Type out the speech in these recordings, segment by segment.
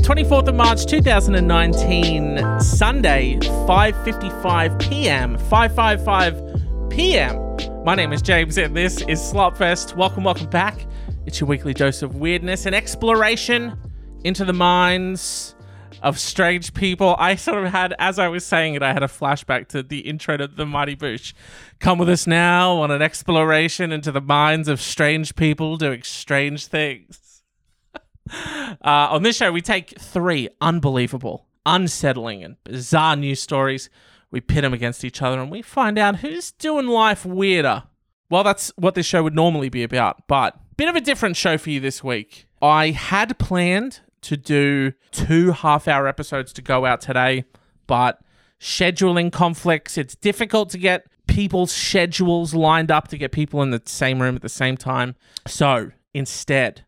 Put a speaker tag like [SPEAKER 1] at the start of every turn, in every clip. [SPEAKER 1] 24th of March 2019, Sunday, 5:55 p.m. 5:55 p.m. My name is James and this is Slotfest. Welcome, welcome back. It's your weekly dose of weirdness and exploration into the minds of strange people. I sort of had as I was saying it, I had a flashback to the intro to The Mighty Boosh. Come with us now on an exploration into the minds of strange people doing strange things. Uh, on this show, we take three unbelievable, unsettling, and bizarre news stories. We pit them against each other and we find out who's doing life weirder. Well, that's what this show would normally be about, but bit of a different show for you this week. I had planned to do two half hour episodes to go out today, but scheduling conflicts, it's difficult to get people's schedules lined up to get people in the same room at the same time. So instead,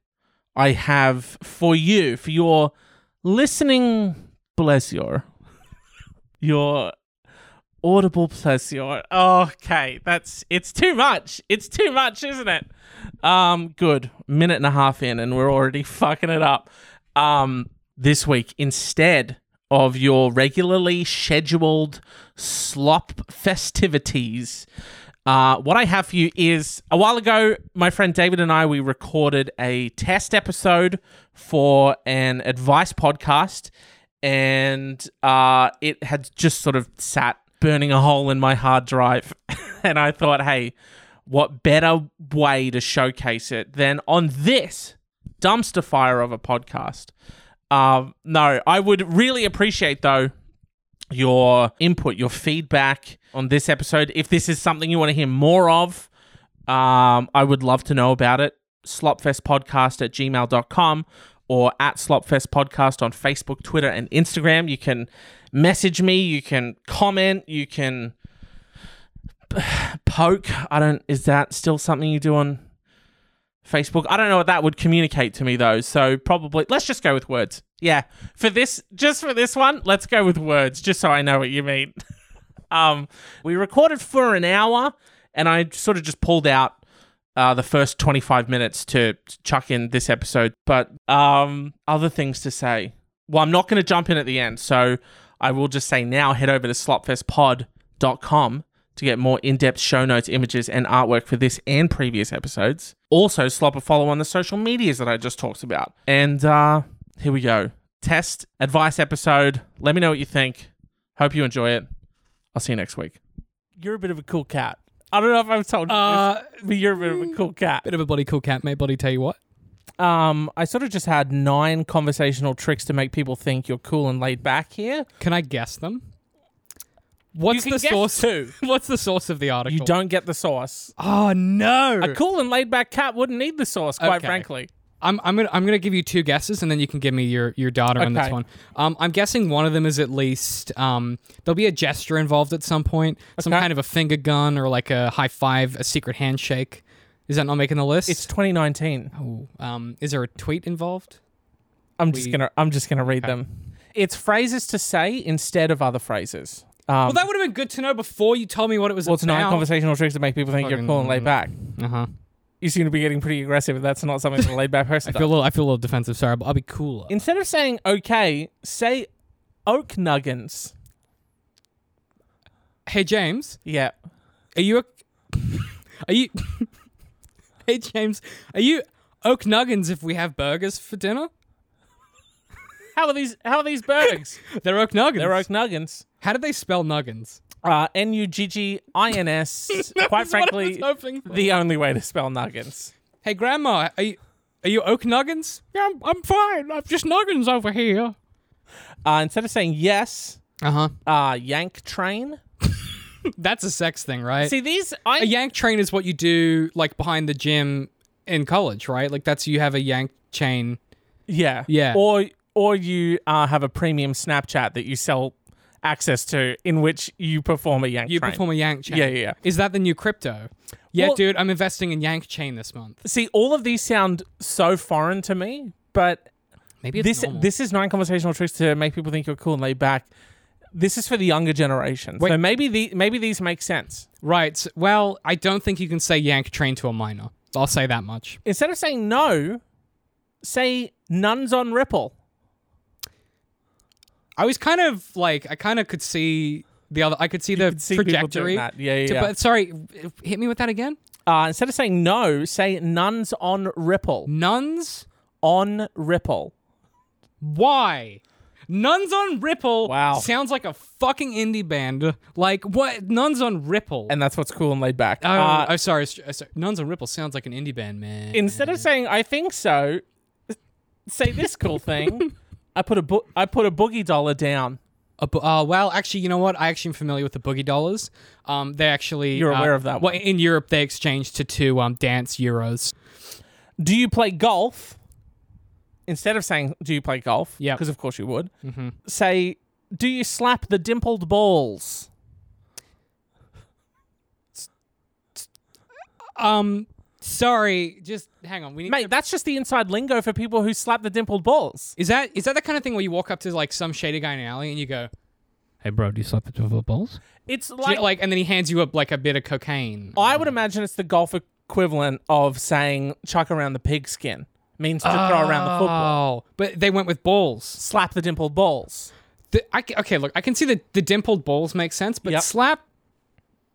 [SPEAKER 1] I have for you, for your listening pleasure, your audible pleasure. Okay, that's it's too much. It's too much, isn't it? Um, good. Minute and a half in, and we're already fucking it up. Um, this week instead of your regularly scheduled slop festivities. Uh, what I have for you is a while ago, my friend David and I, we recorded a test episode for an advice podcast, and uh, it had just sort of sat burning a hole in my hard drive. and I thought, hey, what better way to showcase it than on this dumpster fire of a podcast? Um, no, I would really appreciate, though, your input, your feedback on this episode. If this is something you want to hear more of, um, I would love to know about it. Slopfestpodcast at gmail.com or at Slopfest Podcast on Facebook, Twitter, and Instagram. You can message me, you can comment, you can p- poke. I don't, is that still something you do on Facebook. I don't know what that would communicate to me though. So probably let's just go with words. Yeah. For this just for this one, let's go with words just so I know what you mean. um we recorded for an hour and I sort of just pulled out uh, the first 25 minutes to chuck in this episode, but um other things to say. Well, I'm not going to jump in at the end, so I will just say now head over to slopfestpod.com to get more in-depth show notes, images, and artwork for this and previous episodes. Also, slop a follow on the social medias that I just talked about. And uh, here we go. Test advice episode. Let me know what you think. Hope you enjoy it. I'll see you next week. You're a bit of a cool cat. I don't know if I've told you,
[SPEAKER 2] Uh,
[SPEAKER 1] this, but you're a bit of a cool cat.
[SPEAKER 2] Bit of a body cool cat, mate. Body tell you what.
[SPEAKER 1] Um, I sort of just had nine conversational tricks to make people think you're cool and laid back here.
[SPEAKER 2] Can I guess them? What's
[SPEAKER 1] you can
[SPEAKER 2] the
[SPEAKER 1] guess
[SPEAKER 2] source?
[SPEAKER 1] too.
[SPEAKER 2] What's the source of the article?
[SPEAKER 1] You don't get the sauce.
[SPEAKER 2] Oh no.
[SPEAKER 1] A cool and laid back cat wouldn't need the sauce, quite
[SPEAKER 2] Okay.
[SPEAKER 1] frankly.
[SPEAKER 2] I'm I'm gonna I'm gonna give you two guesses and then you can give me your your data on this
[SPEAKER 1] Okay.
[SPEAKER 2] one. Um, I'm guessing one of them is at least um there'll be a gesture involved at some point, some
[SPEAKER 1] Okay.
[SPEAKER 2] kind of a finger gun or like a high five, a secret handshake. Is that not making the list?
[SPEAKER 1] It's 2019.
[SPEAKER 2] Ooh, um, is there a tweet involved?
[SPEAKER 1] I'm just
[SPEAKER 2] We-
[SPEAKER 1] gonna I'm just gonna read
[SPEAKER 2] Okay.
[SPEAKER 1] them. It's phrases to say instead of other phrases. Um,
[SPEAKER 2] Well, that would have been good to know before you told me what it was
[SPEAKER 1] what's nine
[SPEAKER 2] about.
[SPEAKER 1] conversational tricks to make people think you're
[SPEAKER 2] Fucking-
[SPEAKER 1] cool and laid back?
[SPEAKER 2] uh huh.
[SPEAKER 1] You seem to be getting pretty aggressive. and That's not something that a laid back
[SPEAKER 2] I
[SPEAKER 1] person.
[SPEAKER 2] feel a
[SPEAKER 1] does.
[SPEAKER 2] little I feel a little defensive. Sorry, but I'll be cooler.
[SPEAKER 1] Instead of saying okay, say oak nuggins.
[SPEAKER 2] hey James.
[SPEAKER 1] Yeah.
[SPEAKER 2] Are you a, are you Hey James, are you oak nuggins if we have burgers for dinner?
[SPEAKER 1] How are these? How are these burgers?
[SPEAKER 2] They're oak nuggins.
[SPEAKER 1] They're oak nuggins.
[SPEAKER 2] How do they spell nuggins?
[SPEAKER 1] Uh, N u g g i n s. Quite
[SPEAKER 2] That's what I
[SPEAKER 1] frankly,
[SPEAKER 2] was hoping for.
[SPEAKER 1] the only way to spell nuggins.
[SPEAKER 2] Hey grandma, are you are you oak nuggins? Yeah, I'm, I'm fine. I'm just nuggins over here.
[SPEAKER 1] Uh, instead of saying yes,
[SPEAKER 2] Uh-huh.
[SPEAKER 1] uh, yank train.
[SPEAKER 2] That's a sex thing, right?
[SPEAKER 1] See these? I
[SPEAKER 2] a yank train is what you do like behind the gym in college, right? Like that's you have a yank chain.
[SPEAKER 1] Yeah.
[SPEAKER 2] Yeah.
[SPEAKER 1] Or or you uh, have a premium Snapchat that you sell access to in which you perform a yank
[SPEAKER 2] You
[SPEAKER 1] train.
[SPEAKER 2] perform a yank chain.
[SPEAKER 1] Yeah, yeah, yeah.
[SPEAKER 2] Is that the new crypto? Yeah,
[SPEAKER 1] Well-
[SPEAKER 2] dude, I'm investing in yank chain this month.
[SPEAKER 1] See, all of these sound so foreign to me, but
[SPEAKER 2] Maybe it's
[SPEAKER 1] this
[SPEAKER 2] normal.
[SPEAKER 1] this is nine conversational tricks to make people think you're cool and laid back. This is for the younger generation. So
[SPEAKER 2] Wait.
[SPEAKER 1] maybe the maybe these make sense.
[SPEAKER 2] Right. s- Well, I don't think you can say yank train to a minor. I'll say that much.
[SPEAKER 1] Instead of saying no, say nuns on Ripple.
[SPEAKER 2] I was kind of like, I kind of could see the other. I could see the
[SPEAKER 1] could see people doing
[SPEAKER 2] trajectory.
[SPEAKER 1] that. Yeah, yeah,
[SPEAKER 2] To-
[SPEAKER 1] yeah.
[SPEAKER 2] But sorry, hit me with that again.
[SPEAKER 1] Uh, instead of saying no, say nuns on Ripple.
[SPEAKER 2] Nuns.
[SPEAKER 1] On Ripple.
[SPEAKER 2] Why? Nuns on Ripple.
[SPEAKER 1] Wow.
[SPEAKER 2] Sounds like a fucking indie band. Like what? Nuns on Ripple.
[SPEAKER 1] And that's what's cool and laid back.
[SPEAKER 2] oh,
[SPEAKER 1] Uh,
[SPEAKER 2] oh, sorry, st- uh, sorry. Nuns on Ripple sounds like an indie band, man.
[SPEAKER 1] instead of saying I think so, say this cool thing. I put a bo- I put a boogie dollar down.
[SPEAKER 2] A bo- uh, well, actually, you know what? I actually am familiar with the boogie dollars. Um, they actually
[SPEAKER 1] You're
[SPEAKER 2] uh,
[SPEAKER 1] aware of that
[SPEAKER 2] Well,
[SPEAKER 1] one.
[SPEAKER 2] in Europe, they exchange to two um dance euros.
[SPEAKER 1] Do you play golf? Instead of saying do you play golf?
[SPEAKER 2] Yep. Mm-hmm.
[SPEAKER 1] Because of course you would. Say do you slap the dimpled balls?
[SPEAKER 2] Um, sorry, just hang on. We need.
[SPEAKER 1] Mate, that's just the inside lingo for people who slap the dimpled balls.
[SPEAKER 2] is that is that the kind of thing where you walk up to like some shady guy in an alley and you go, "Hey, bro, do you slap the twelve balls?"
[SPEAKER 1] It's like
[SPEAKER 2] Like, like, and then he hands you up like a bit of cocaine.
[SPEAKER 1] I would imagine it's the golf equivalent of saying chuck around the pigskin. Means to throw around the football.
[SPEAKER 2] Oh, but they went with balls.
[SPEAKER 1] Slap the dimpled balls.
[SPEAKER 2] The, I, ca- okay, look, I can see the, the dimpled balls make sense, but
[SPEAKER 1] Yep.
[SPEAKER 2] slap.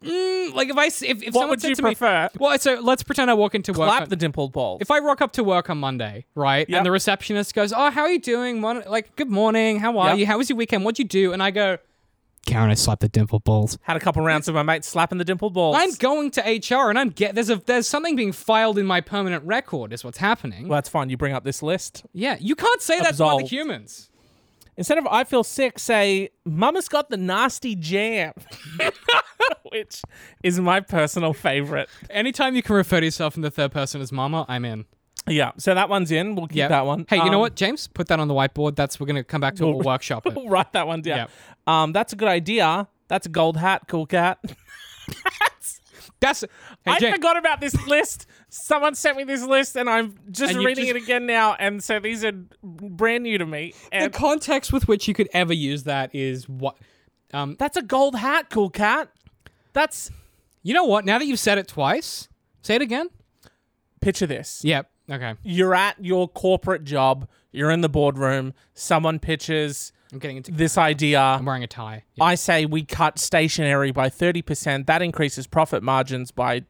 [SPEAKER 2] Mm, like if I s- if,
[SPEAKER 1] What
[SPEAKER 2] if someone
[SPEAKER 1] would
[SPEAKER 2] said
[SPEAKER 1] you
[SPEAKER 2] to
[SPEAKER 1] prefer?
[SPEAKER 2] me, well, so let's pretend I walk into work.
[SPEAKER 1] Slap
[SPEAKER 2] on-
[SPEAKER 1] the dimpled balls.
[SPEAKER 2] if I rock up to work on Monday, right,
[SPEAKER 1] Yep.
[SPEAKER 2] and the receptionist goes, "Oh, how are you doing? Mon- like, good morning. How are
[SPEAKER 1] Yep.
[SPEAKER 2] you? How was your weekend? What'd you do?" And I go, "Karen, I slapped the dimpled balls."
[SPEAKER 1] Had a couple rounds with my mate slapping the dimpled balls.
[SPEAKER 2] I'm going to HR, and I'm get there's a there's something being filed in my permanent record. Is what's happening.
[SPEAKER 1] well, that's fine. You bring up this list.
[SPEAKER 2] yeah, you can't say that to other
[SPEAKER 1] Absolved.
[SPEAKER 2] humans.
[SPEAKER 1] Instead of I feel sick, say Mama's got the nasty jam, which is my personal favorite.
[SPEAKER 2] Anytime you can refer to yourself in the third person as mama, I'm in.
[SPEAKER 1] Yeah, so that one's in. We'll keep
[SPEAKER 2] Yeah,
[SPEAKER 1] that one.
[SPEAKER 2] Hey, you know
[SPEAKER 1] Um,
[SPEAKER 2] what, James? Put that on the whiteboard. That's we're gonna come back to it. We'll workshop it.
[SPEAKER 1] We'll write that one down.
[SPEAKER 2] Yep.
[SPEAKER 1] Um, that's a good idea. That's a gold hat, cool cat.
[SPEAKER 2] That's hey,
[SPEAKER 1] I
[SPEAKER 2] James,
[SPEAKER 1] forgot about this list. Someone sent me this list, and I'm just
[SPEAKER 2] And you
[SPEAKER 1] reading
[SPEAKER 2] just-
[SPEAKER 1] it again now. And so these are brand new to me.
[SPEAKER 2] the
[SPEAKER 1] And
[SPEAKER 2] context with which you could ever use that is what. Um,
[SPEAKER 1] that's a gold hat, cool cat. That's
[SPEAKER 2] you know what? Now that you've said it twice, say it again.
[SPEAKER 1] picture this.
[SPEAKER 2] Yep. Okay.
[SPEAKER 1] You're at your corporate job. You're in the boardroom. Someone pitches
[SPEAKER 2] I'm getting into.
[SPEAKER 1] this idea.
[SPEAKER 2] I'm wearing a tie. Yeah.
[SPEAKER 1] I say we cut stationery by 30%. That increases profit margins by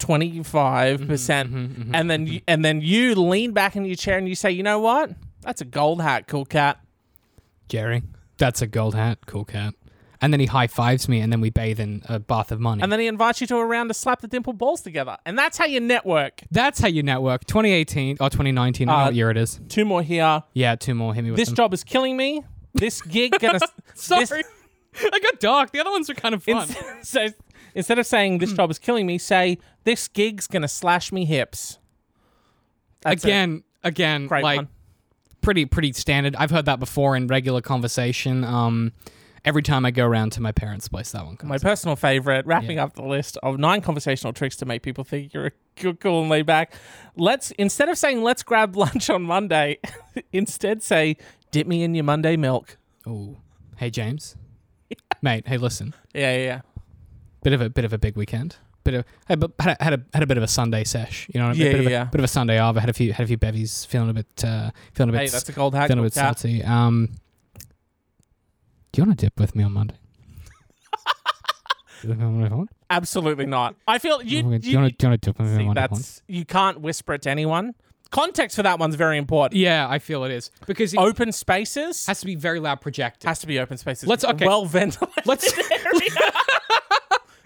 [SPEAKER 1] 25%. percent and then you, and then you lean back in your chair and you say, "You know what? That's a gold hat, cool cat."
[SPEAKER 2] Jerry, that's a gold hat. Cool cat. And then he high fives me, and then we bathe in a bath of money.
[SPEAKER 1] And then he invites you to a round to slap the dimple balls together. And that's how you network.
[SPEAKER 2] that's how you network. 2018 or 2019. I don't know
[SPEAKER 1] Uh,
[SPEAKER 2] what year it is.
[SPEAKER 1] Two more here.
[SPEAKER 2] Yeah, two more. Hit me with
[SPEAKER 1] This
[SPEAKER 2] them.
[SPEAKER 1] job is killing me. This gig gonna this-
[SPEAKER 2] Sorry, I got dark. The other ones were kind of fun.
[SPEAKER 1] so instead of saying this job is killing me, say this gig's gonna slash me hips. That's a
[SPEAKER 2] again, again,
[SPEAKER 1] great
[SPEAKER 2] like
[SPEAKER 1] one.
[SPEAKER 2] pretty pretty standard. I've heard that before in regular conversation. Um, every time I go around to my parents' place, that one comes.
[SPEAKER 1] My personal favorite, wrapping up the list of nine conversational tricks to make people think you're, you're cool and laid back. Let's instead of saying let's grab lunch on Monday, instead say dip me in your Monday milk.
[SPEAKER 2] oh, hey James, mate. Hey, listen,
[SPEAKER 1] Yeah, yeah, yeah.
[SPEAKER 2] bit of a bit of a big weekend. Bit of had a, had a, had a, had a bit of a Sunday sesh. You know, what I mean?
[SPEAKER 1] Yeah,
[SPEAKER 2] bit of
[SPEAKER 1] yeah.
[SPEAKER 2] a, bit of a Sunday off. I had a few had a few bevies, feeling a bit uh, feeling a
[SPEAKER 1] Hey,
[SPEAKER 2] bit
[SPEAKER 1] that's a gold hack.
[SPEAKER 2] feeling a
[SPEAKER 1] cool
[SPEAKER 2] bit
[SPEAKER 1] cat.
[SPEAKER 2] salty. Um, do you want to dip with me on Monday? Do you want
[SPEAKER 1] Absolutely not. I feel you. you,
[SPEAKER 2] to dip with me on
[SPEAKER 1] see,
[SPEAKER 2] Monday?
[SPEAKER 1] that's you can't whisper it to anyone. Context for that one's very important.
[SPEAKER 2] Yeah, I feel it is because it
[SPEAKER 1] Open spaces
[SPEAKER 2] has to be very loud projected.
[SPEAKER 1] has to be open spaces.
[SPEAKER 2] Let's- okay.
[SPEAKER 1] well ventilated.
[SPEAKER 2] Let's.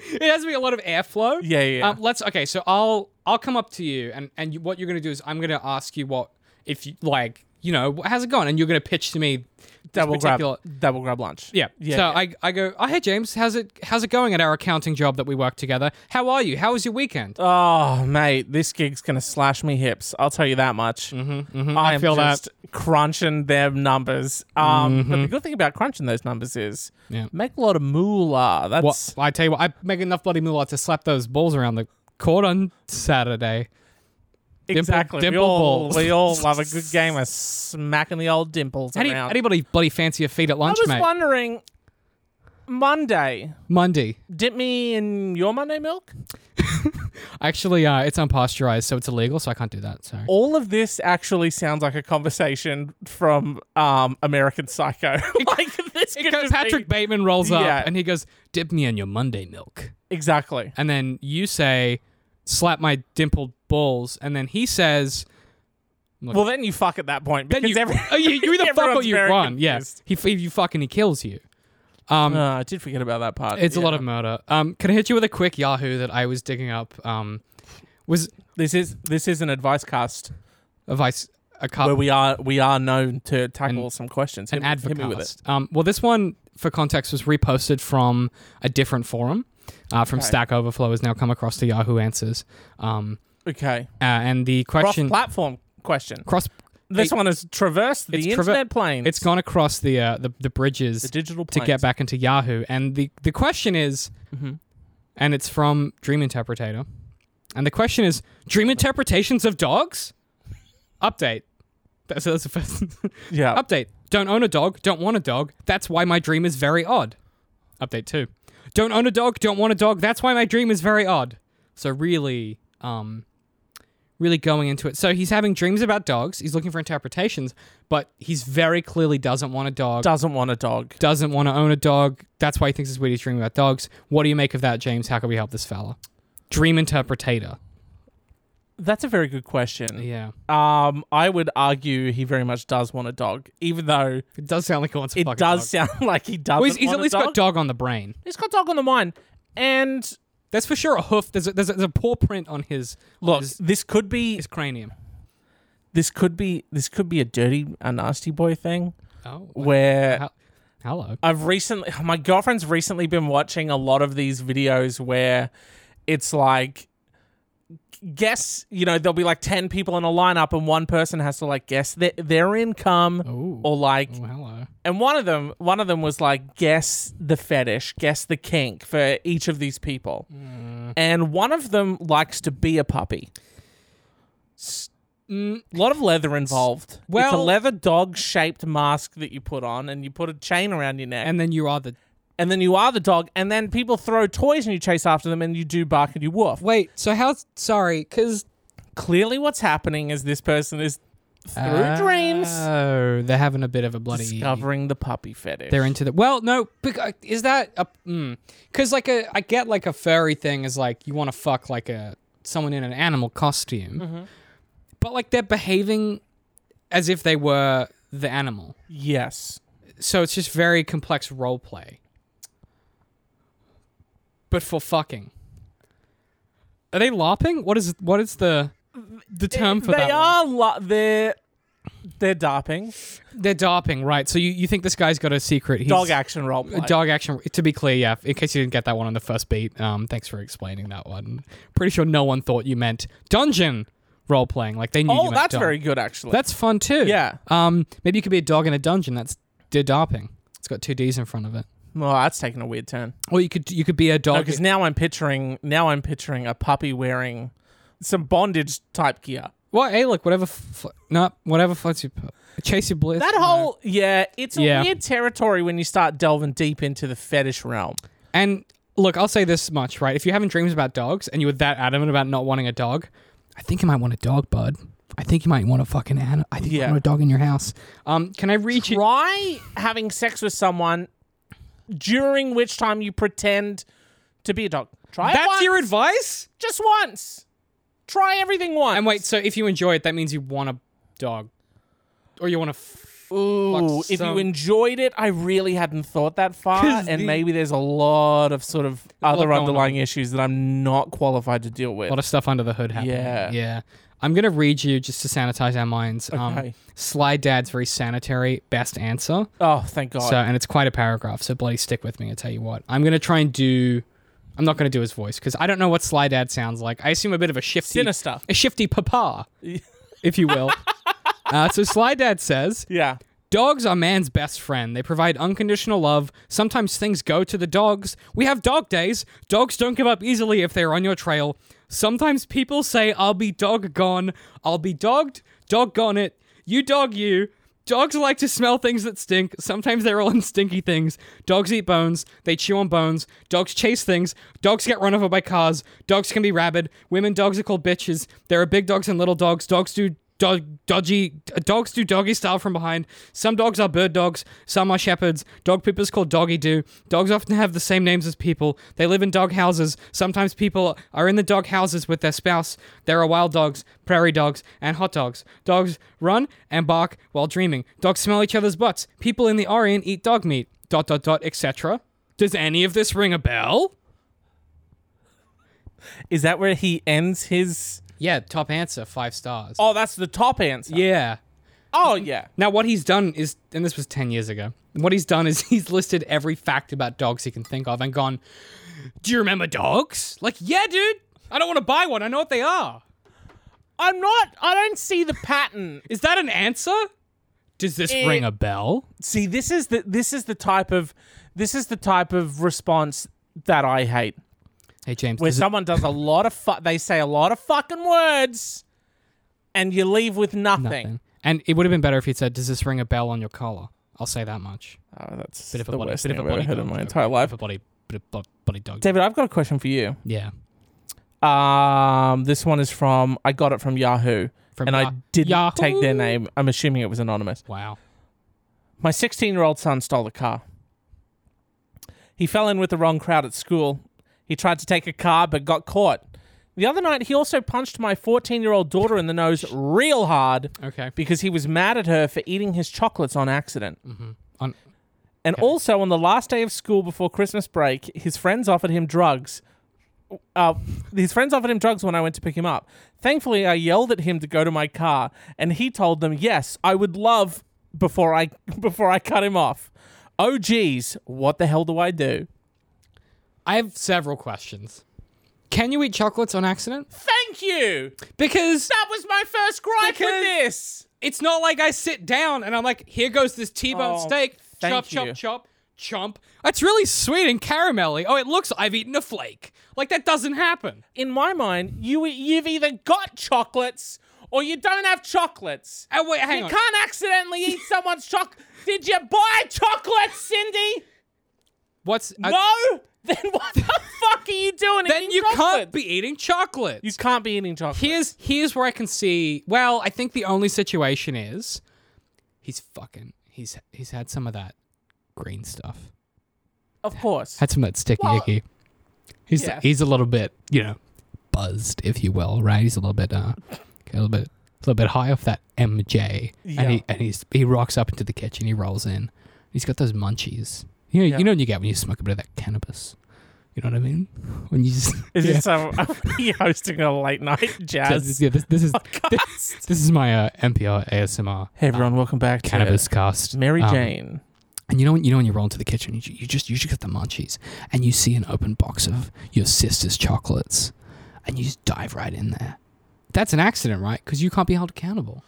[SPEAKER 2] it has to be a lot of airflow.
[SPEAKER 1] Yeah, yeah, yeah.
[SPEAKER 2] Um, let's. Okay, so I'll I'll come up to you, and and you, what you're gonna do is I'm gonna ask you what if you like you know wh- how's it going, and you're gonna pitch to me. this
[SPEAKER 1] double grab,
[SPEAKER 2] particular-
[SPEAKER 1] double grab lunch.
[SPEAKER 2] Yeah.
[SPEAKER 1] yeah.
[SPEAKER 2] so
[SPEAKER 1] yeah.
[SPEAKER 2] I, I go, oh, hey, James, how's it how's it going at our accounting job that we work together? How are you? How was your weekend?
[SPEAKER 1] Oh, mate, this gig's gonna slash me hips. I'll tell you that much. I, am
[SPEAKER 2] Mm-hmm, feel that. Mm-hmm.
[SPEAKER 1] just crunching them numbers. Um, But the good thing about crunching those numbers is
[SPEAKER 2] Yeah.
[SPEAKER 1] make a lot of moolah. That's
[SPEAKER 2] What? I tell you what, I make enough bloody moolah to slap those balls around the court on Saturday.
[SPEAKER 1] exactly.
[SPEAKER 2] dimple
[SPEAKER 1] we all
[SPEAKER 2] balls.
[SPEAKER 1] we all love a good game of smacking the old dimples
[SPEAKER 2] Any,
[SPEAKER 1] around.
[SPEAKER 2] anybody bloody fancy a feed at
[SPEAKER 1] I
[SPEAKER 2] lunch,
[SPEAKER 1] was
[SPEAKER 2] mate?
[SPEAKER 1] wondering, Monday,
[SPEAKER 2] Monday.
[SPEAKER 1] dip me in your Monday milk.
[SPEAKER 2] Actually, uh, it's unpasteurized, so it's illegal, so I can't do that. Sorry.
[SPEAKER 1] All of this actually sounds like a conversation from um, American Psycho. like It's
[SPEAKER 2] It
[SPEAKER 1] gonna
[SPEAKER 2] goes,
[SPEAKER 1] just be-
[SPEAKER 2] Patrick Bateman rolls up
[SPEAKER 1] Yeah.
[SPEAKER 2] and he goes, "Dip me in your Monday milk,"
[SPEAKER 1] Exactly.
[SPEAKER 2] and then you say, "Slap my dimpled balls," and then he says,
[SPEAKER 1] Well, then you fuck at that point
[SPEAKER 2] "Then
[SPEAKER 1] because
[SPEAKER 2] you,
[SPEAKER 1] every-
[SPEAKER 2] oh, you, you either fuck or
[SPEAKER 1] everyone's
[SPEAKER 2] you
[SPEAKER 1] very
[SPEAKER 2] run." Yes,
[SPEAKER 1] confused.
[SPEAKER 2] yeah. he, he you fucking he kills you. Um,
[SPEAKER 1] Ah, I did forget about that part.
[SPEAKER 2] It's a
[SPEAKER 1] Yeah.
[SPEAKER 2] lot of murder. Um, can I hit you with a quick Yahoo that I was digging up? Um, was
[SPEAKER 1] this is this is an advice cast
[SPEAKER 2] a vice a cop
[SPEAKER 1] where we are we are known to tackle some questions.
[SPEAKER 2] an
[SPEAKER 1] Hit me- hit
[SPEAKER 2] advocate.
[SPEAKER 1] me with it.
[SPEAKER 2] Um, well, this one for context was reposted from a different forum. Uh, from
[SPEAKER 1] Okay.
[SPEAKER 2] Stack Overflow has now come across to Yahoo Answers, um,
[SPEAKER 1] Okay.
[SPEAKER 2] uh, and the
[SPEAKER 1] Cross
[SPEAKER 2] question
[SPEAKER 1] platform question.
[SPEAKER 2] cross
[SPEAKER 1] This one has traversed the
[SPEAKER 2] It's traver-
[SPEAKER 1] internet plane.
[SPEAKER 2] it's gone across the uh, the, the bridges
[SPEAKER 1] the digital
[SPEAKER 2] to
[SPEAKER 1] plane.
[SPEAKER 2] get back into Yahoo, and the the question is, and it's from Dream Interpretator, and the question is, dream interpretations of dogs? Update. That's, that's the first.
[SPEAKER 1] Yeah.
[SPEAKER 2] Update. Don't own a dog, don't want a dog. That's why my dream is very odd. Update 2. Don't own a dog, don't want a dog. That's why my dream is very odd. So really um really going into it. So he's having dreams about dogs. He's looking for interpretations, but he's very clearly doesn't want a dog.
[SPEAKER 1] Doesn't want a dog.
[SPEAKER 2] Doesn't want to own a dog. That's why he thinks it's weird he's dreaming about dogs. What do you make of that, James? How can we help this fella? Dream interpretator.
[SPEAKER 1] That's a very good question.
[SPEAKER 2] Yeah.
[SPEAKER 1] Um, I would argue he very much does want a dog, even though
[SPEAKER 2] It does sound like he wants a
[SPEAKER 1] it
[SPEAKER 2] fucking
[SPEAKER 1] does
[SPEAKER 2] dog.
[SPEAKER 1] sound like he doesn't
[SPEAKER 2] Well, he's, he's
[SPEAKER 1] want
[SPEAKER 2] at least
[SPEAKER 1] a dog.
[SPEAKER 2] got dog on the brain.
[SPEAKER 1] he's got dog on the mind, and
[SPEAKER 2] That's for sure a hoof. There's a, there's a, there's a paw print on his
[SPEAKER 1] look,
[SPEAKER 2] his,
[SPEAKER 1] this could be
[SPEAKER 2] his cranium.
[SPEAKER 1] this could be this could be a dirty, a nasty boy thing
[SPEAKER 2] Oh,
[SPEAKER 1] where
[SPEAKER 2] How- hello.
[SPEAKER 1] I've recently, my girlfriend's recently been watching a lot of these videos where it's like, guess, you know, there'll be like 10 people in a lineup and one person has to like guess their, their income
[SPEAKER 2] Oh,
[SPEAKER 1] or like,
[SPEAKER 2] hello.
[SPEAKER 1] and one of them, one of them was like, guess the fetish, guess the kink for each of these people. And one of them likes to be a puppy.
[SPEAKER 2] Mm,
[SPEAKER 1] A lot of leather involved. it's a
[SPEAKER 2] well-
[SPEAKER 1] leather dog shaped mask that you put on and you put a chain around your neck.
[SPEAKER 2] and then you are the
[SPEAKER 1] and then you are the dog, and then people throw toys and you chase after them and you do bark and you woof.
[SPEAKER 2] wait. So how? Sorry, because
[SPEAKER 1] Clearly, what's happening is this person is through
[SPEAKER 2] Ah,
[SPEAKER 1] dreams
[SPEAKER 2] Oh, they're having a bit of a bloody.
[SPEAKER 1] discovering the puppy fetish.
[SPEAKER 2] They're into the well, no. becau- Is that a? Because like a, I get like a furry thing is like you want to fuck like a someone in an animal costume, but like they're behaving as if they were the animal.
[SPEAKER 1] yes,
[SPEAKER 2] so it's just very complex role play. But for fucking, are they larping? What is what is the the term for
[SPEAKER 1] they
[SPEAKER 2] that? one?
[SPEAKER 1] are. Lo- they're they're darping
[SPEAKER 2] They're darping, right? So you, you think this guy's got a secret? He's,
[SPEAKER 1] dog action role play.
[SPEAKER 2] Dog action. To be clear, yeah. In case you didn't get that one on the first beat, um, thanks for explaining that one. Pretty sure no one thought you meant dungeon role playing. Like they knew. you
[SPEAKER 1] oh,
[SPEAKER 2] meant
[SPEAKER 1] that's
[SPEAKER 2] dog.
[SPEAKER 1] very good actually.
[SPEAKER 2] That's fun too.
[SPEAKER 1] Yeah.
[SPEAKER 2] Um, maybe you could be a dog in a dungeon. That's de darping. It's got two D's in front of it.
[SPEAKER 1] well, that's taken a weird turn
[SPEAKER 2] Or you could you could be a dog.
[SPEAKER 1] because now I'm picturing now I'm picturing a puppy wearing some bondage type gear.
[SPEAKER 2] well, hey, look, whatever, fl- no, whatever floats your boat. chase your bliss.
[SPEAKER 1] That
[SPEAKER 2] no.
[SPEAKER 1] whole yeah, it's a
[SPEAKER 2] Yeah.
[SPEAKER 1] weird territory when you start delving deep into the fetish realm.
[SPEAKER 2] and look, I'll say this much, right? If you're having dreams about dogs and you were that adamant about not wanting a dog, I think you might want a dog, bud. I think you might want a fucking animal. I think you
[SPEAKER 1] Yeah.
[SPEAKER 2] might want a dog in your house. Um, can I read you?
[SPEAKER 1] try having sex with someone during which time you pretend to be a dog. Try it
[SPEAKER 2] That's
[SPEAKER 1] once,
[SPEAKER 2] your advice.
[SPEAKER 1] just once. Try everything once.
[SPEAKER 2] And wait, so if you enjoy it, that means you want a dog, or you want to. F-
[SPEAKER 1] Ooh,
[SPEAKER 2] fuck
[SPEAKER 1] if
[SPEAKER 2] some-
[SPEAKER 1] you enjoyed it, I really hadn't thought that far,
[SPEAKER 2] 'Cause
[SPEAKER 1] and
[SPEAKER 2] the-
[SPEAKER 1] maybe there's a lot of sort of
[SPEAKER 2] lot
[SPEAKER 1] other
[SPEAKER 2] going
[SPEAKER 1] underlying issues that I'm not qualified to deal with.
[SPEAKER 2] a lot of stuff under the hood happening.
[SPEAKER 1] Yeah.
[SPEAKER 2] yeah. I'm gonna read you just to sanitize our minds. Um,
[SPEAKER 1] Okay.
[SPEAKER 2] Sly Dad's very sanitary best answer.
[SPEAKER 1] oh, thank God.
[SPEAKER 2] So, and it's quite a paragraph. So, bloody stick with me. I tell you what, I'm gonna try and do. I'm not gonna do his voice because I don't know what Sly Dad sounds like. I assume a bit of a shifty,
[SPEAKER 1] Sinister.
[SPEAKER 2] a shifty papa, if you will. uh, so, Sly Dad says,
[SPEAKER 1] Yeah.
[SPEAKER 2] Dogs are man's best friend. They provide unconditional love. Sometimes things go to the dogs. We have dog days. Dogs don't give up easily if they're on your trail. Sometimes people say, I'll be dog gone. I'll be dogged. Dog gone it. You dog you. Dogs like to smell things that stink. Sometimes they're all in stinky things. Dogs eat bones. They chew on bones. Dogs chase things. Dogs get run over by cars. Dogs can be rabid. Women dogs are called bitches. There are big dogs and little dogs. Dogs do dog, dodgy. Dogs do doggy style from behind. Some dogs are bird dogs. Some are shepherds. Dog poopers called doggy do. Dogs often have the same names as people. They live in dog houses. Sometimes people are in the dog houses with their spouse. There are wild dogs, prairie dogs, and hot dogs. Dogs run and bark while dreaming. Dogs smell each other's butts. People in the Orient eat dog meat. Dot dot dot etc. Does any of this ring a bell?
[SPEAKER 1] Is that where he ends his?
[SPEAKER 2] Yeah, top answer, five stars.
[SPEAKER 1] Oh, that's the top answer.
[SPEAKER 2] Yeah.
[SPEAKER 1] Oh yeah.
[SPEAKER 2] Now, what he's done is, and this was 10 years ago, what he's done is he's listed every fact about dogs he can think of and gone, Do you remember dogs? Like, yeah, dude. I don't want to buy one. I know what they are.
[SPEAKER 1] I'm not. I don't see the pattern.
[SPEAKER 2] Is that an answer? Does this ring a bell?
[SPEAKER 1] see, this is the this is the type of this is the type of response that I hate.
[SPEAKER 2] Hey, James.
[SPEAKER 1] Where
[SPEAKER 2] does it-
[SPEAKER 1] someone does a lot of fu- they say a lot of fucking words, and you leave with nothing.
[SPEAKER 2] nothing. And it would have been better if he'd said, Does this ring a bell on your collar? I'll say that much.
[SPEAKER 1] Oh, that's
[SPEAKER 2] Bit of a
[SPEAKER 1] the
[SPEAKER 2] body-
[SPEAKER 1] worst
[SPEAKER 2] bit of
[SPEAKER 1] thing
[SPEAKER 2] a
[SPEAKER 1] I've ever
[SPEAKER 2] body
[SPEAKER 1] heard in
[SPEAKER 2] dog
[SPEAKER 1] my
[SPEAKER 2] joke.
[SPEAKER 1] entire life.
[SPEAKER 2] If a body, bit of bo- body dog.
[SPEAKER 1] David, I've got a question for you.
[SPEAKER 2] yeah.
[SPEAKER 1] Um, this one is from I got it from Yahoo,
[SPEAKER 2] From
[SPEAKER 1] and
[SPEAKER 2] Ya-
[SPEAKER 1] I didn't
[SPEAKER 2] Yahoo?
[SPEAKER 1] take their name. I'm assuming it was anonymous.
[SPEAKER 2] Wow.
[SPEAKER 1] My 16 year old son stole a car. He fell in with the wrong crowd at school. He tried to take a car but got caught. The other night, he also punched my 14 year old daughter in the nose real hard
[SPEAKER 2] Okay.
[SPEAKER 1] because he was mad at her for eating his chocolates on accident.
[SPEAKER 2] Mm-hmm. On-
[SPEAKER 1] And also, on the last day of school before Christmas break, his friends offered him drugs. Uh, his friends offered him drugs when I went to pick him up. Thankfully, I yelled at him to go to my car, and he told them, "Yes, I would love." Before I before I cut him off. Oh geez, what the hell do I do?
[SPEAKER 2] I have several questions. Can you eat chocolates on accident?
[SPEAKER 1] Thank you.
[SPEAKER 2] Because
[SPEAKER 1] That was my first gripe with
[SPEAKER 2] Because-
[SPEAKER 1] this.
[SPEAKER 2] it's not like I sit down and I'm like, here goes this T-bone
[SPEAKER 1] Oh,
[SPEAKER 2] steak,
[SPEAKER 1] thank
[SPEAKER 2] chop,
[SPEAKER 1] you.
[SPEAKER 2] chop, chop, chomp. That's really sweet and caramelly. Oh, it looks I've eaten a flake. Like that doesn't happen.
[SPEAKER 1] In my mind, you you've either got chocolates or you don't have chocolates.
[SPEAKER 2] Oh wait, hang
[SPEAKER 1] You
[SPEAKER 2] on.
[SPEAKER 1] can't accidentally eat someone's chocolate. Did you buy chocolate, Cindy?
[SPEAKER 2] What's uh,
[SPEAKER 1] no? Then what the fuck are you doing?
[SPEAKER 2] then
[SPEAKER 1] eating
[SPEAKER 2] you
[SPEAKER 1] chocolate?
[SPEAKER 2] can't be eating chocolate.
[SPEAKER 1] You can't be eating chocolate.
[SPEAKER 2] here's here's where I can see. Well, I think the only situation is he's fucking he's he's had some of that green stuff.
[SPEAKER 1] of course.
[SPEAKER 2] Had some of that sticky
[SPEAKER 1] Well,
[SPEAKER 2] icky. He's
[SPEAKER 1] yeah.
[SPEAKER 2] he's a little bit, you know, buzzed, if you will, right? He's a little bit uh a little bit a little bit high off that MJ. And
[SPEAKER 1] Yeah.
[SPEAKER 2] he and he's he rocks up into the kitchen, he rolls in. He's got those munchies. You know
[SPEAKER 1] Yeah.
[SPEAKER 2] you know what you get when you smoke a bit of that cannabis. You know what I mean? When you just
[SPEAKER 1] Is
[SPEAKER 2] yeah.
[SPEAKER 1] this um, are we hosting a late night
[SPEAKER 2] This is-
[SPEAKER 1] jazz
[SPEAKER 2] yeah, this, this
[SPEAKER 1] Oh,
[SPEAKER 2] is
[SPEAKER 1] podcast?
[SPEAKER 2] this is my uh, NPR ASMR
[SPEAKER 1] Hey everyone, welcome back to
[SPEAKER 2] cannabis cast.
[SPEAKER 1] Mary
[SPEAKER 2] Um,
[SPEAKER 1] Jane.
[SPEAKER 2] And you know when you know when you roll into the kitchen, you, ju- you just you just get the munchies, and you see an open box of your sister's chocolates, and you just dive right in there. That's an accident, right? Because you can't be held accountable.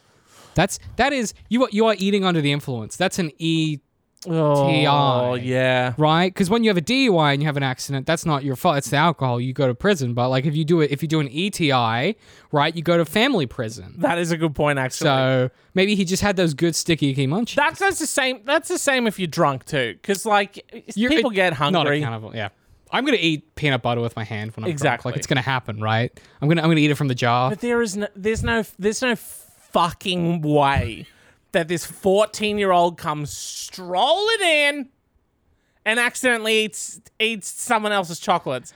[SPEAKER 2] That's that is you are, you are eating under the influence. That's an E,
[SPEAKER 1] Oh
[SPEAKER 2] T.I..
[SPEAKER 1] yeah.
[SPEAKER 2] right? Because when you have a DUI and you have an accident, that's not your fault. It's the alcohol. You go to prison. But like if you do it, if you do an ETI, right, you go to family prison.
[SPEAKER 1] That is a good point actually.
[SPEAKER 2] So maybe he just had those good sticky key munchies.
[SPEAKER 1] that's, that's the same. That's the same if you're drunk too, because like
[SPEAKER 2] You're-
[SPEAKER 1] people
[SPEAKER 2] it-
[SPEAKER 1] get
[SPEAKER 2] Not
[SPEAKER 1] hungry.
[SPEAKER 2] accountable. Yeah, I'm gonna eat peanut butter with my hand when I'm drunk.
[SPEAKER 1] Exactly.
[SPEAKER 2] Like it's gonna happen, right? I'm gonna I'm gonna eat it from the jar.
[SPEAKER 1] But there is no, there's no, there's no fucking way that this 14 year old comes strolling in and accidentally eats eats someone else's chocolates.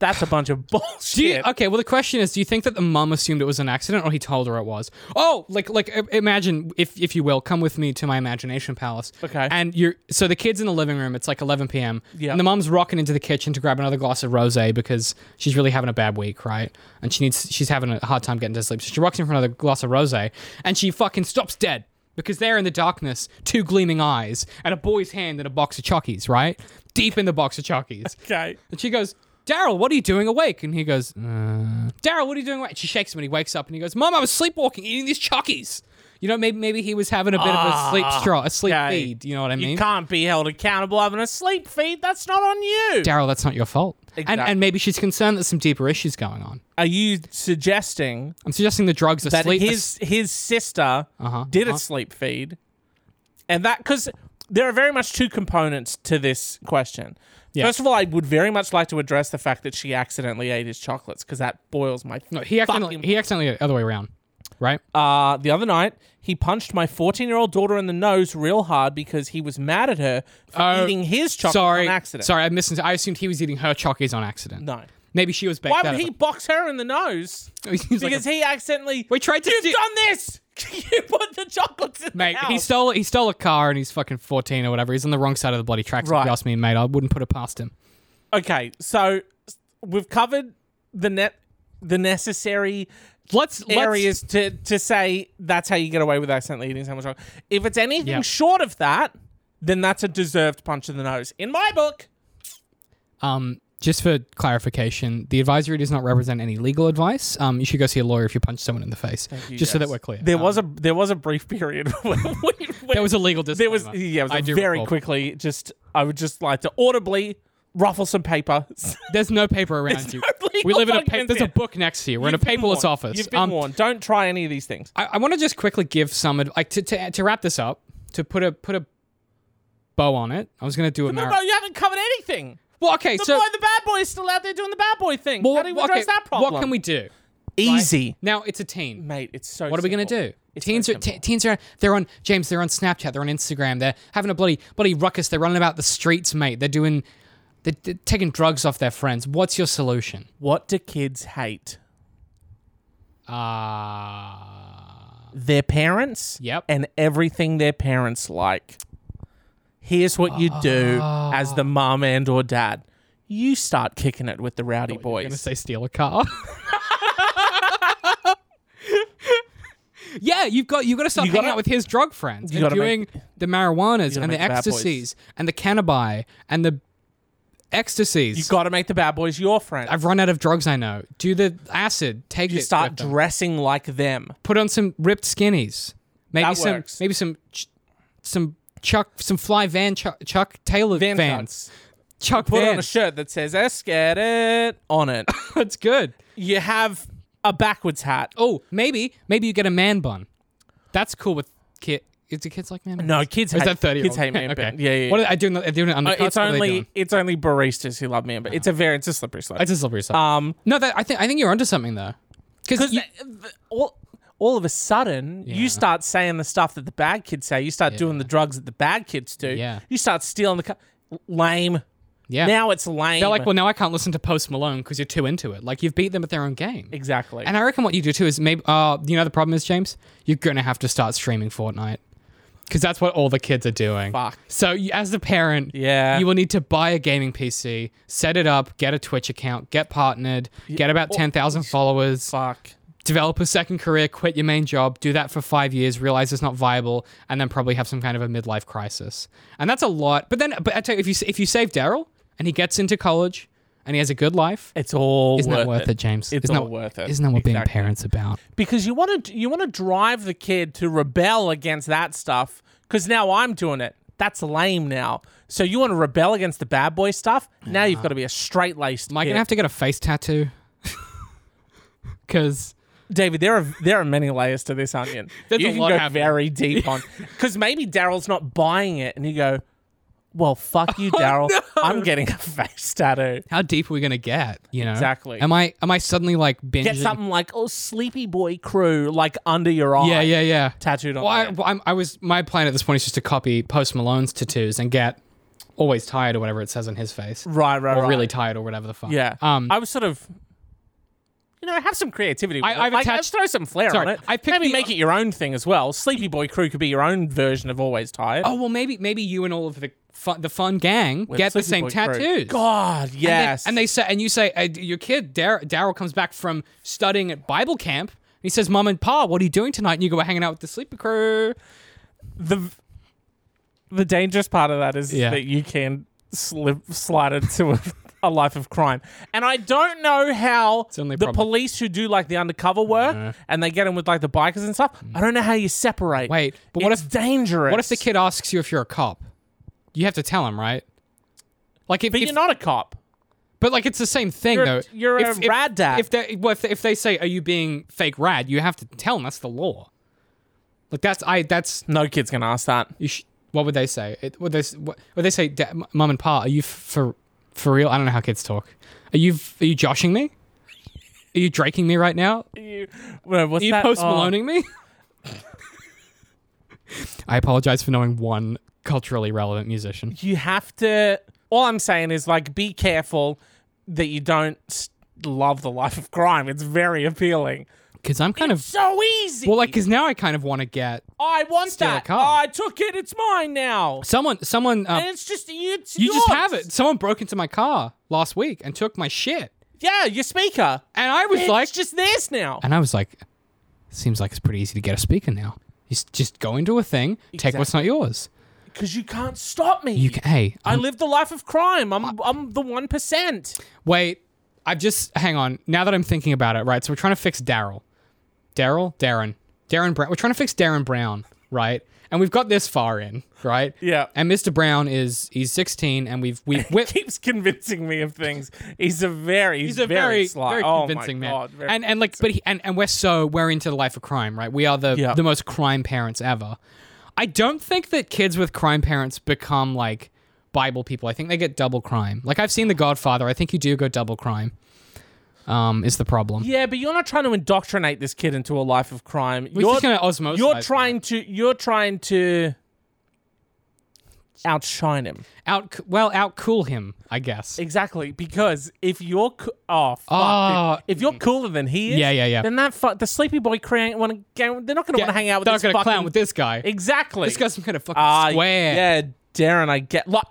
[SPEAKER 1] That's a bunch of bullshit.
[SPEAKER 2] Do you, okay, well the question is, do you think that the mum assumed it was an accident, or he told her it was? Oh, like like i- imagine if if you will, come with me to my imagination palace.
[SPEAKER 1] Okay.
[SPEAKER 2] And you're so the kids in the living room. It's like 11 p.m.
[SPEAKER 1] Yeah.
[SPEAKER 2] And the mum's rocking into the kitchen to grab another glass of rosé because she's really having a bad week, right? And she needs she's having a hard time getting to sleep. So she rocks in for another glass of rosé, and she fucking stops dead. Because there in the darkness, two gleaming eyes and a boy's hand and a box of chockies, right? Deep in the box of chockies.
[SPEAKER 1] okay.
[SPEAKER 2] And she goes, Daryl, what are you doing awake? And he goes, uh, Daryl, what are you doing awake? And she shakes him and he wakes up and he goes, Mom, I was sleepwalking, eating these chockies. You know, maybe maybe he was having a bit of a sleep straw, a sleep
[SPEAKER 1] okay.
[SPEAKER 2] feed. You know what I
[SPEAKER 1] Ah, You
[SPEAKER 2] mean?
[SPEAKER 1] can't be held accountable having a sleep feed. That's not on you.
[SPEAKER 2] Daryl, that's not your fault. And,
[SPEAKER 1] Exactly.
[SPEAKER 2] and maybe she's concerned that some deeper issues going on.
[SPEAKER 1] Are you suggesting
[SPEAKER 2] I'm suggesting the drugs are
[SPEAKER 1] that
[SPEAKER 2] sleep.
[SPEAKER 1] his his sister
[SPEAKER 2] Uh-huh,
[SPEAKER 1] did a
[SPEAKER 2] uh-huh.
[SPEAKER 1] sleep feed, and that because there are very much two components to this question. First of all, I would very much like to address the fact that she accidentally ate his chocolates because that boils my
[SPEAKER 2] no, he accidentally
[SPEAKER 1] fucking-
[SPEAKER 2] he accidentally the other way around. right?
[SPEAKER 1] Uh, the other night, he punched my 14 year old daughter in the nose real hard because he was mad at her for
[SPEAKER 2] Oh,
[SPEAKER 1] eating his chocolate
[SPEAKER 2] sorry,
[SPEAKER 1] on accident.
[SPEAKER 2] sorry, I mis- I assumed he was eating her chockies on accident.
[SPEAKER 1] No.
[SPEAKER 2] Maybe she was
[SPEAKER 1] Why
[SPEAKER 2] baked
[SPEAKER 1] would he box her in the nose?
[SPEAKER 2] He's Oh, like
[SPEAKER 1] Because
[SPEAKER 2] a-
[SPEAKER 1] he accidentally.
[SPEAKER 2] we tried to
[SPEAKER 1] You've
[SPEAKER 2] steal-
[SPEAKER 1] done this! you put the chocolates in
[SPEAKER 2] Mate,
[SPEAKER 1] the house.
[SPEAKER 2] he stole he stole a car and he's fucking fourteen or whatever. He's on the wrong side of the bloody tracks. If
[SPEAKER 1] Right.
[SPEAKER 2] you ask me, mate, I wouldn't put it past him.
[SPEAKER 1] Okay, so s- we've covered the net, the necessary
[SPEAKER 2] Let's
[SPEAKER 1] areas to to say that's how you get away with accidentally eating so much. chocolate. If it's anything
[SPEAKER 2] Yeah.
[SPEAKER 1] short of that, then that's a deserved punch in the nose in my book.
[SPEAKER 2] let's um just for clarification, the advisory does not represent any legal advice. Um, you should go see a lawyer if you punch someone in the face.
[SPEAKER 1] you,
[SPEAKER 2] just so that
[SPEAKER 1] yes.
[SPEAKER 2] we're clear.
[SPEAKER 1] There
[SPEAKER 2] Um,
[SPEAKER 1] was a there was a brief period where, we- where
[SPEAKER 2] there was a legal
[SPEAKER 1] there
[SPEAKER 2] disclaimer.
[SPEAKER 1] was yeah it was
[SPEAKER 2] I
[SPEAKER 1] a
[SPEAKER 2] do
[SPEAKER 1] very
[SPEAKER 2] recall.
[SPEAKER 1] quickly just I would just like to audibly ruffle some paper.
[SPEAKER 2] There's no paper around you.
[SPEAKER 1] no legal
[SPEAKER 2] we live in a paper.
[SPEAKER 1] documents
[SPEAKER 2] There's a
[SPEAKER 1] here.
[SPEAKER 2] book next to you. We're in a
[SPEAKER 1] You've been
[SPEAKER 2] paperless
[SPEAKER 1] warned.
[SPEAKER 2] office.
[SPEAKER 1] You've been
[SPEAKER 2] Um,
[SPEAKER 1] warned. Don't try any of these things.
[SPEAKER 2] I, I want to just quickly give some adv- like to, to to wrap this up to put a put a bow on it. I was gonna do a
[SPEAKER 1] No,
[SPEAKER 2] mar-
[SPEAKER 1] no, you haven't covered anything.
[SPEAKER 2] Well, okay,
[SPEAKER 1] The
[SPEAKER 2] so
[SPEAKER 1] boy, the bad boy, is still out there doing the bad boy thing.
[SPEAKER 2] well,
[SPEAKER 1] How do you
[SPEAKER 2] okay,
[SPEAKER 1] address that problem?
[SPEAKER 2] What can we do?
[SPEAKER 1] easy,
[SPEAKER 2] Now it's a teen.
[SPEAKER 1] mate? It's so.
[SPEAKER 2] What are we gonna
[SPEAKER 1] simple.
[SPEAKER 2] do?
[SPEAKER 1] It's
[SPEAKER 2] teens
[SPEAKER 1] so
[SPEAKER 2] are t-
[SPEAKER 1] simple.
[SPEAKER 2] teens are they're on James. They're on Snapchat. They're on Instagram. They're having a bloody bloody ruckus. They're running about the streets, mate. They're doing they're, they're taking drugs off their friends. What's your solution?
[SPEAKER 1] What do kids hate?
[SPEAKER 2] Ah,
[SPEAKER 1] Their parents.
[SPEAKER 2] Yep.
[SPEAKER 1] And everything their parents like. Here's what you do as the
[SPEAKER 2] Ah.
[SPEAKER 1] mom and or dad. You start kicking it with the rowdy
[SPEAKER 2] I'm gonna
[SPEAKER 1] boys.
[SPEAKER 2] say steal a car. yeah, you've got you've got to start
[SPEAKER 1] You
[SPEAKER 2] hanging
[SPEAKER 1] gotta-
[SPEAKER 2] out with his drug friends and
[SPEAKER 1] gotta
[SPEAKER 2] doing
[SPEAKER 1] make-
[SPEAKER 2] the marijuanas and the
[SPEAKER 1] make the bad boys.
[SPEAKER 2] ecstasies and the cannabi and the ecstasies.
[SPEAKER 1] You got to make the bad boys your friend.
[SPEAKER 2] I've run out of drugs. I know. Do the acid. Take
[SPEAKER 1] you
[SPEAKER 2] it.
[SPEAKER 1] start
[SPEAKER 2] with them.
[SPEAKER 1] dressing like them.
[SPEAKER 2] Put on some ripped skinnies. Maybe
[SPEAKER 1] That
[SPEAKER 2] some.
[SPEAKER 1] works.
[SPEAKER 2] Maybe some. Ch- some Chuck. Some fly van Chuck, Chuck Taylor
[SPEAKER 1] Them
[SPEAKER 2] fans.
[SPEAKER 1] cunts.
[SPEAKER 2] Chuck
[SPEAKER 1] Put on a
[SPEAKER 2] Vans.
[SPEAKER 1] shirt that says "Escad it" on it.
[SPEAKER 2] That's good.
[SPEAKER 1] you have a backwards hat.
[SPEAKER 2] Oh, maybe maybe you get a man bun. That's cool with kid. Is the kids like man? Buns?
[SPEAKER 1] No, kids
[SPEAKER 2] Or is
[SPEAKER 1] hate-
[SPEAKER 2] that thirty?
[SPEAKER 1] kids hate man
[SPEAKER 2] okay.
[SPEAKER 1] bun. Yeah, yeah,
[SPEAKER 2] What
[SPEAKER 1] yeah.
[SPEAKER 2] are I doing? They're doing it under.
[SPEAKER 1] Uh, it's only it's only baristas who love me, but it's a very it's a slippery slope.
[SPEAKER 2] It's a slippery slope.
[SPEAKER 1] um,
[SPEAKER 2] no, that, I think I think you're onto something though. Because
[SPEAKER 1] because all all of a sudden
[SPEAKER 2] Yeah.
[SPEAKER 1] you start saying the stuff that the bad kids say. You start doing the drugs that the bad kids do.
[SPEAKER 2] Yeah.
[SPEAKER 1] You start stealing the cu- lame.
[SPEAKER 2] yeah,
[SPEAKER 1] Now it's lame.
[SPEAKER 2] they're like, well, now I can't listen to Post Malone because you're too into it. Like you've beat them at their own game.
[SPEAKER 1] exactly.
[SPEAKER 2] And I reckon what you do too is maybe. Uh, you know the problem is James, you're gonna have to start streaming Fortnite. Because that's what all the kids are doing.
[SPEAKER 1] Fuck.
[SPEAKER 2] So, you, as the parent,
[SPEAKER 1] Yeah.
[SPEAKER 2] you will need to buy a gaming PC, set it up, get a Twitch account, get partnered, get about 10,000 followers,
[SPEAKER 1] Fuck.
[SPEAKER 2] develop a second career, quit your main job, do that for five years, realize it's not viable, and then probably have some kind of a midlife crisis. And that's a lot. But then, but I tell you, if you if you save Daryl and he gets into college and he has a good life,
[SPEAKER 1] It's all
[SPEAKER 2] isn't
[SPEAKER 1] worth
[SPEAKER 2] that worth it, James?
[SPEAKER 1] It's
[SPEAKER 2] isn't
[SPEAKER 1] all
[SPEAKER 2] that,
[SPEAKER 1] worth it.
[SPEAKER 2] Isn't that what being
[SPEAKER 1] Exactly.
[SPEAKER 2] parents about?
[SPEAKER 1] because you want to you want to drive the kid to rebel against that stuff because now i'm doing it that's lame now so you want to rebel against the bad boy stuff now you've got to be a straight laced
[SPEAKER 2] Am I gonna have to get a face tattoo? Because
[SPEAKER 1] david there are there are many layers to this onion
[SPEAKER 2] There's
[SPEAKER 1] you
[SPEAKER 2] a
[SPEAKER 1] can
[SPEAKER 2] lot
[SPEAKER 1] go
[SPEAKER 2] happening.
[SPEAKER 1] very deep on because maybe daryl's not buying it and you go well fuck
[SPEAKER 2] Oh,
[SPEAKER 1] you daryl i'm getting a face tattoo
[SPEAKER 2] how deep are we gonna get? You know
[SPEAKER 1] Exactly.
[SPEAKER 2] Am I am I suddenly like binging?
[SPEAKER 1] get something like oh sleepy boy crew like under your eye
[SPEAKER 2] yeah, yeah, yeah.
[SPEAKER 1] tattooed on
[SPEAKER 2] Well, I,
[SPEAKER 1] there.
[SPEAKER 2] well, I'm, I was my plan at this point is just to copy Post Malone's tattoos and get always tired or whatever it says on his face,
[SPEAKER 1] right right
[SPEAKER 2] or
[SPEAKER 1] right
[SPEAKER 2] really tired or whatever the fuck.
[SPEAKER 1] Yeah.
[SPEAKER 2] Um.
[SPEAKER 1] I was sort of, you know, have some creativity. With
[SPEAKER 2] I-
[SPEAKER 1] it.
[SPEAKER 2] I've
[SPEAKER 1] Like,
[SPEAKER 2] attached-
[SPEAKER 1] throw some flair
[SPEAKER 2] Sorry,
[SPEAKER 1] on it.
[SPEAKER 2] I picked
[SPEAKER 1] Maybe
[SPEAKER 2] the-
[SPEAKER 1] make it your own thing as well. Sleepy Boy Crew could be your own version of Always Tired.
[SPEAKER 2] oh well, maybe maybe you and all of the fun, the fun gang get the
[SPEAKER 1] Sleepy
[SPEAKER 2] same
[SPEAKER 1] Boy Crew.
[SPEAKER 2] tattoos.
[SPEAKER 1] God,
[SPEAKER 2] And they-
[SPEAKER 1] yes.
[SPEAKER 2] And they say, and you say, uh, your kid Dar- Daryl comes back from studying at Bible camp. and He says, "Mom and Pa, what are you doing tonight?" And you go, "We're hanging out with the sleeper crew."
[SPEAKER 1] the the dangerous part of that is
[SPEAKER 2] Yeah.
[SPEAKER 1] that you can slip slide into a, a life of crime. And I don't know how
[SPEAKER 2] the only
[SPEAKER 1] the
[SPEAKER 2] problem. Uh-huh.
[SPEAKER 1] police who do like the undercover work and they get in with like the bikers and stuff. I don't know how you separate.
[SPEAKER 2] Wait, but what
[SPEAKER 1] it's
[SPEAKER 2] if-
[SPEAKER 1] dangerous?
[SPEAKER 2] What if the kid asks you if you're a cop? You have to tell him, right? Like if,
[SPEAKER 1] But
[SPEAKER 2] if
[SPEAKER 1] you're not a cop.
[SPEAKER 2] But like it's the same thing
[SPEAKER 1] You're-
[SPEAKER 2] though.
[SPEAKER 1] you're a rad dad.
[SPEAKER 2] If they well, if, if they say are you being fake rad, you have to tell them that's the law. Like that's I that's
[SPEAKER 1] No kid's gonna ask that.
[SPEAKER 2] you sh- what would they say? It, would they s- what would they say? Da- m- Mum and Pa, are you f- for for real? I don't know how kids talk. Are you f- are you joshing me? Are you draking me right now?
[SPEAKER 1] You, well, what's
[SPEAKER 2] Are you
[SPEAKER 1] that?
[SPEAKER 2] post
[SPEAKER 1] Oh,
[SPEAKER 2] Maloning me? I apologize for knowing one culturally relevant musician.
[SPEAKER 1] you have to. All I'm saying is like, be careful that you don't s- love the life of crime. It's very appealing.
[SPEAKER 2] Because I'm kind of.
[SPEAKER 1] So easy.
[SPEAKER 2] Well, like, because now I kind of want to get
[SPEAKER 1] I want
[SPEAKER 2] Steal a
[SPEAKER 1] that.
[SPEAKER 2] car.
[SPEAKER 1] I took it. It's mine now.
[SPEAKER 2] someone, someone,
[SPEAKER 1] And
[SPEAKER 2] uh,
[SPEAKER 1] it's just it's
[SPEAKER 2] you just
[SPEAKER 1] yours.
[SPEAKER 2] have it. Someone broke into my car last week and took my shit.
[SPEAKER 1] Yeah, your speaker.
[SPEAKER 2] And I was
[SPEAKER 1] It's
[SPEAKER 2] like,
[SPEAKER 1] just theirs now.
[SPEAKER 2] and I was like, seems like it's pretty easy to get a speaker now. You s- just go into a thing, take what's not yours.
[SPEAKER 1] Because you can't stop me.
[SPEAKER 2] You can, hey,
[SPEAKER 1] I live the life of crime. I'm I'm the one percent.
[SPEAKER 2] Wait, I've just hang on. Now that I'm thinking about it, right? So we're trying to fix Daryl, Daryl, Darren, Darren Brown. We're trying to fix Darren Brown, right? And we've got this far in, right?
[SPEAKER 1] Yeah.
[SPEAKER 2] And Mr. Brown is he's 16, and we've we've whipped.
[SPEAKER 1] Keeps convincing me of things. He's a very
[SPEAKER 2] He's a very,
[SPEAKER 1] sly.
[SPEAKER 2] very
[SPEAKER 1] oh
[SPEAKER 2] convincing
[SPEAKER 1] my
[SPEAKER 2] man,
[SPEAKER 1] God, very-
[SPEAKER 2] and and like, but he, and and we're so we're into the life of crime, right? We are the
[SPEAKER 1] Yeah.
[SPEAKER 2] the most crime parents ever. I don't think that kids with crime parents become like Bible people. I think they get double crime. Like I've seen The Godfather. I think you do go double crime. Um, is the problem?
[SPEAKER 1] yeah, but you're not trying to indoctrinate this kid into a life of crime.
[SPEAKER 2] We're
[SPEAKER 1] you're
[SPEAKER 2] just gonna osmosize
[SPEAKER 1] you're
[SPEAKER 2] that.
[SPEAKER 1] trying to you're trying to outshine him.
[SPEAKER 2] out well outcool him, I guess.
[SPEAKER 1] Exactly, because if you're co- oh fuck,
[SPEAKER 2] Ah.
[SPEAKER 1] dude. if you're cooler than he is,
[SPEAKER 2] Yeah, yeah, yeah.
[SPEAKER 1] then that fu- the sleepy boy creant want to go. They're not going to want to hang out with
[SPEAKER 2] They're
[SPEAKER 1] this
[SPEAKER 2] not gonna
[SPEAKER 1] fucking
[SPEAKER 2] clown with this guy.
[SPEAKER 1] exactly.
[SPEAKER 2] This guy's some kind of fucking
[SPEAKER 1] Ah,
[SPEAKER 2] square.
[SPEAKER 1] Yeah, Darren, I get. Look,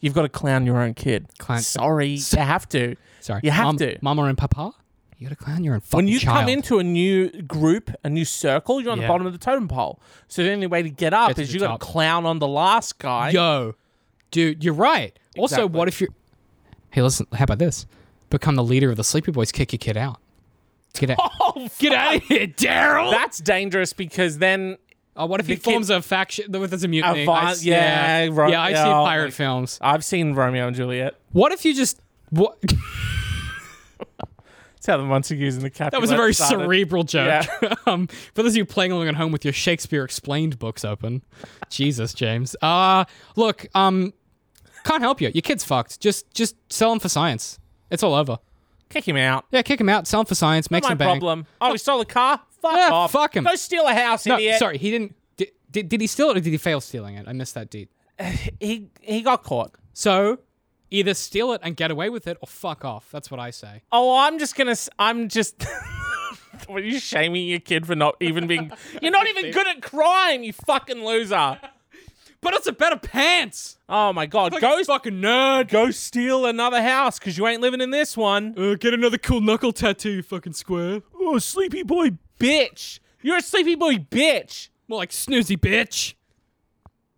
[SPEAKER 1] you've got to clown your own kid.
[SPEAKER 2] Clown-
[SPEAKER 1] Sorry, you have to.
[SPEAKER 2] Sorry,
[SPEAKER 1] you have
[SPEAKER 2] Mom-
[SPEAKER 1] to.
[SPEAKER 2] Mama and Papa, you gotta clown your own fucking
[SPEAKER 1] when you
[SPEAKER 2] child.
[SPEAKER 1] come into a new group, a new circle, you're on the
[SPEAKER 2] Yeah.
[SPEAKER 1] bottom of the totem pole. So the only way to get up
[SPEAKER 2] Get to
[SPEAKER 1] is
[SPEAKER 2] the
[SPEAKER 1] you got
[SPEAKER 2] top.
[SPEAKER 1] to clown on the last guy.
[SPEAKER 2] Yo, dude, you're right. Also,
[SPEAKER 1] Exactly.
[SPEAKER 2] what if you? Hey, listen. How about this? Become the leader of the Sleepy Boys. Kick your kid out. Get out.
[SPEAKER 1] Oh,
[SPEAKER 2] Get out of here, Daryl.
[SPEAKER 1] that's dangerous because then
[SPEAKER 2] oh, what if he
[SPEAKER 1] kid-
[SPEAKER 2] forms a faction? There's a mutiny.
[SPEAKER 1] vi-
[SPEAKER 2] I s-
[SPEAKER 1] yeah,
[SPEAKER 2] yeah,
[SPEAKER 1] right, oh
[SPEAKER 2] yeah. I've seen
[SPEAKER 1] yeah,
[SPEAKER 2] pirate
[SPEAKER 1] like-
[SPEAKER 2] films.
[SPEAKER 1] I've seen Romeo and Juliet.
[SPEAKER 2] What if you just? What?
[SPEAKER 1] That's how the Montagues and the Capulets.
[SPEAKER 2] That was a very
[SPEAKER 1] started.
[SPEAKER 2] cerebral joke. um, for those of you playing along at home with your Shakespeare Explained books open, Jesus, James. Uh look, um, can't help you. Your kid's fucked. Just, just sell him for science. It's all over.
[SPEAKER 1] Kick him out.
[SPEAKER 2] Yeah, kick him out. Sell him for science. Make
[SPEAKER 1] My
[SPEAKER 2] some bank.
[SPEAKER 1] problem. Oh, he stole a car. Fuck
[SPEAKER 2] Yeah,
[SPEAKER 1] off.
[SPEAKER 2] fuck him.
[SPEAKER 1] Go steal a house,
[SPEAKER 2] No,
[SPEAKER 1] idiot.
[SPEAKER 2] sorry, he didn't. Did, did, did he steal it or did he fail stealing it? I missed that deed.
[SPEAKER 1] He he got caught.
[SPEAKER 2] So, either steal it and get away with it, or fuck off. That's what I say.
[SPEAKER 1] Oh, I'm just gonna. s- I'm just. Were you shaming your kid for not even being? You're not even good at crime, you fucking loser.
[SPEAKER 2] But it's a better pants.
[SPEAKER 1] Oh my god, go
[SPEAKER 2] fucking nerd.
[SPEAKER 1] go steal another house because you ain't living in this one.
[SPEAKER 2] Uh, get another cool knuckle tattoo, you fucking square.
[SPEAKER 1] Oh, sleepy boy, bitch. You're a sleepy boy, bitch.
[SPEAKER 2] More like snoozy bitch.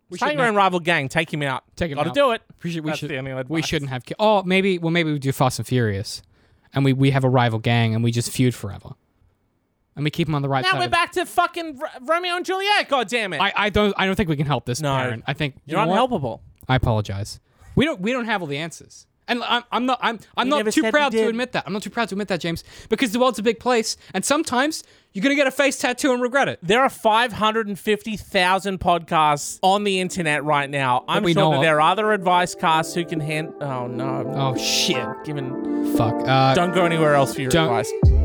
[SPEAKER 2] We
[SPEAKER 1] Start
[SPEAKER 2] shouldn't
[SPEAKER 1] your
[SPEAKER 2] have,
[SPEAKER 1] own rival gang. Take him out.
[SPEAKER 2] Take him
[SPEAKER 1] Gotta
[SPEAKER 2] out.
[SPEAKER 1] do it.
[SPEAKER 2] we should, we,
[SPEAKER 1] That's
[SPEAKER 2] should,
[SPEAKER 1] the only
[SPEAKER 2] we
[SPEAKER 1] advice.
[SPEAKER 2] shouldn't have. ki- Oh, maybe. Well, maybe we do Fast and Furious, and we we have a rival gang, and we just feud forever, and we keep them on the right
[SPEAKER 1] Now
[SPEAKER 2] side.
[SPEAKER 1] we're
[SPEAKER 2] of-
[SPEAKER 1] back to fucking R- Romeo and Juliet. God damn it.
[SPEAKER 2] I, I don't I don't think we can help this
[SPEAKER 1] No.
[SPEAKER 2] parent. I think you
[SPEAKER 1] You're
[SPEAKER 2] know what?
[SPEAKER 1] unhelpable.
[SPEAKER 2] I apologize. We don't we don't have all the answers, and I'm, I'm not I'm I'm
[SPEAKER 1] never
[SPEAKER 2] not too
[SPEAKER 1] said we
[SPEAKER 2] proud to
[SPEAKER 1] did.
[SPEAKER 2] admit that. I'm not too proud to admit that, James, because the world's a big place, and sometimes you're gonna get a face tattoo and regret it.
[SPEAKER 1] There are 550,000 podcasts on the internet right now. I'm
[SPEAKER 2] we know
[SPEAKER 1] sure that
[SPEAKER 2] of.
[SPEAKER 1] there are other advice casts who can hand. Oh, no.
[SPEAKER 2] Oh shit!
[SPEAKER 1] Given.
[SPEAKER 2] Fuck. Uh,
[SPEAKER 1] Don't go anywhere else for your
[SPEAKER 2] Don't-
[SPEAKER 1] advice.